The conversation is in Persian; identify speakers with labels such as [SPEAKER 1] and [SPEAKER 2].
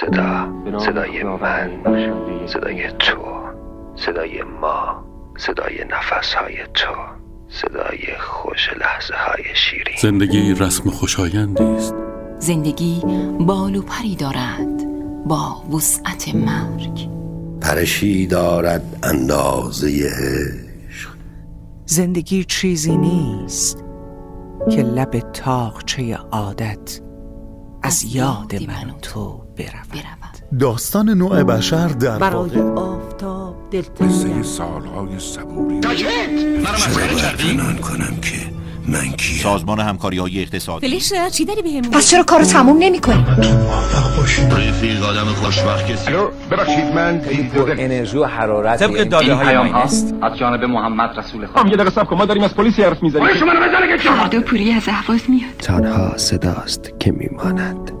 [SPEAKER 1] صدا صدای من صدای تو صدای ما صدای نفس های تو صدای خوش لحظه های شیرین
[SPEAKER 2] زندگی رسم خوشایندی است
[SPEAKER 3] زندگی بال و پری دارد با وسعت مرگ
[SPEAKER 4] پرشی دارد اندازه عشق
[SPEAKER 5] زندگی چیزی نیست که لب تاقچه عادت از, از یاد من و تو برود
[SPEAKER 6] داستان نوع بشر در
[SPEAKER 7] برای آفتاب دلتنگ
[SPEAKER 8] قصه سالهای صبوری
[SPEAKER 9] چرا کنم که من کیم
[SPEAKER 10] سازمان همکاری های اقتصادی
[SPEAKER 11] فلیش چی داری بهمون
[SPEAKER 12] پس چرا کارو تموم نمی‌کنی
[SPEAKER 9] تو موفق باشی
[SPEAKER 13] رفیق آدم خوشبخت کسی
[SPEAKER 14] الو ببخشید من
[SPEAKER 15] انرژی و حرارت
[SPEAKER 16] طبق داده های
[SPEAKER 17] ما است از جانب محمد رسول خدا
[SPEAKER 18] یه دقیقه صبر کن ما داریم از پلیس حرف میزنیم
[SPEAKER 19] شما رو بزنه که
[SPEAKER 20] دو پوری از اهواز میاد
[SPEAKER 1] تنها صداست که میماند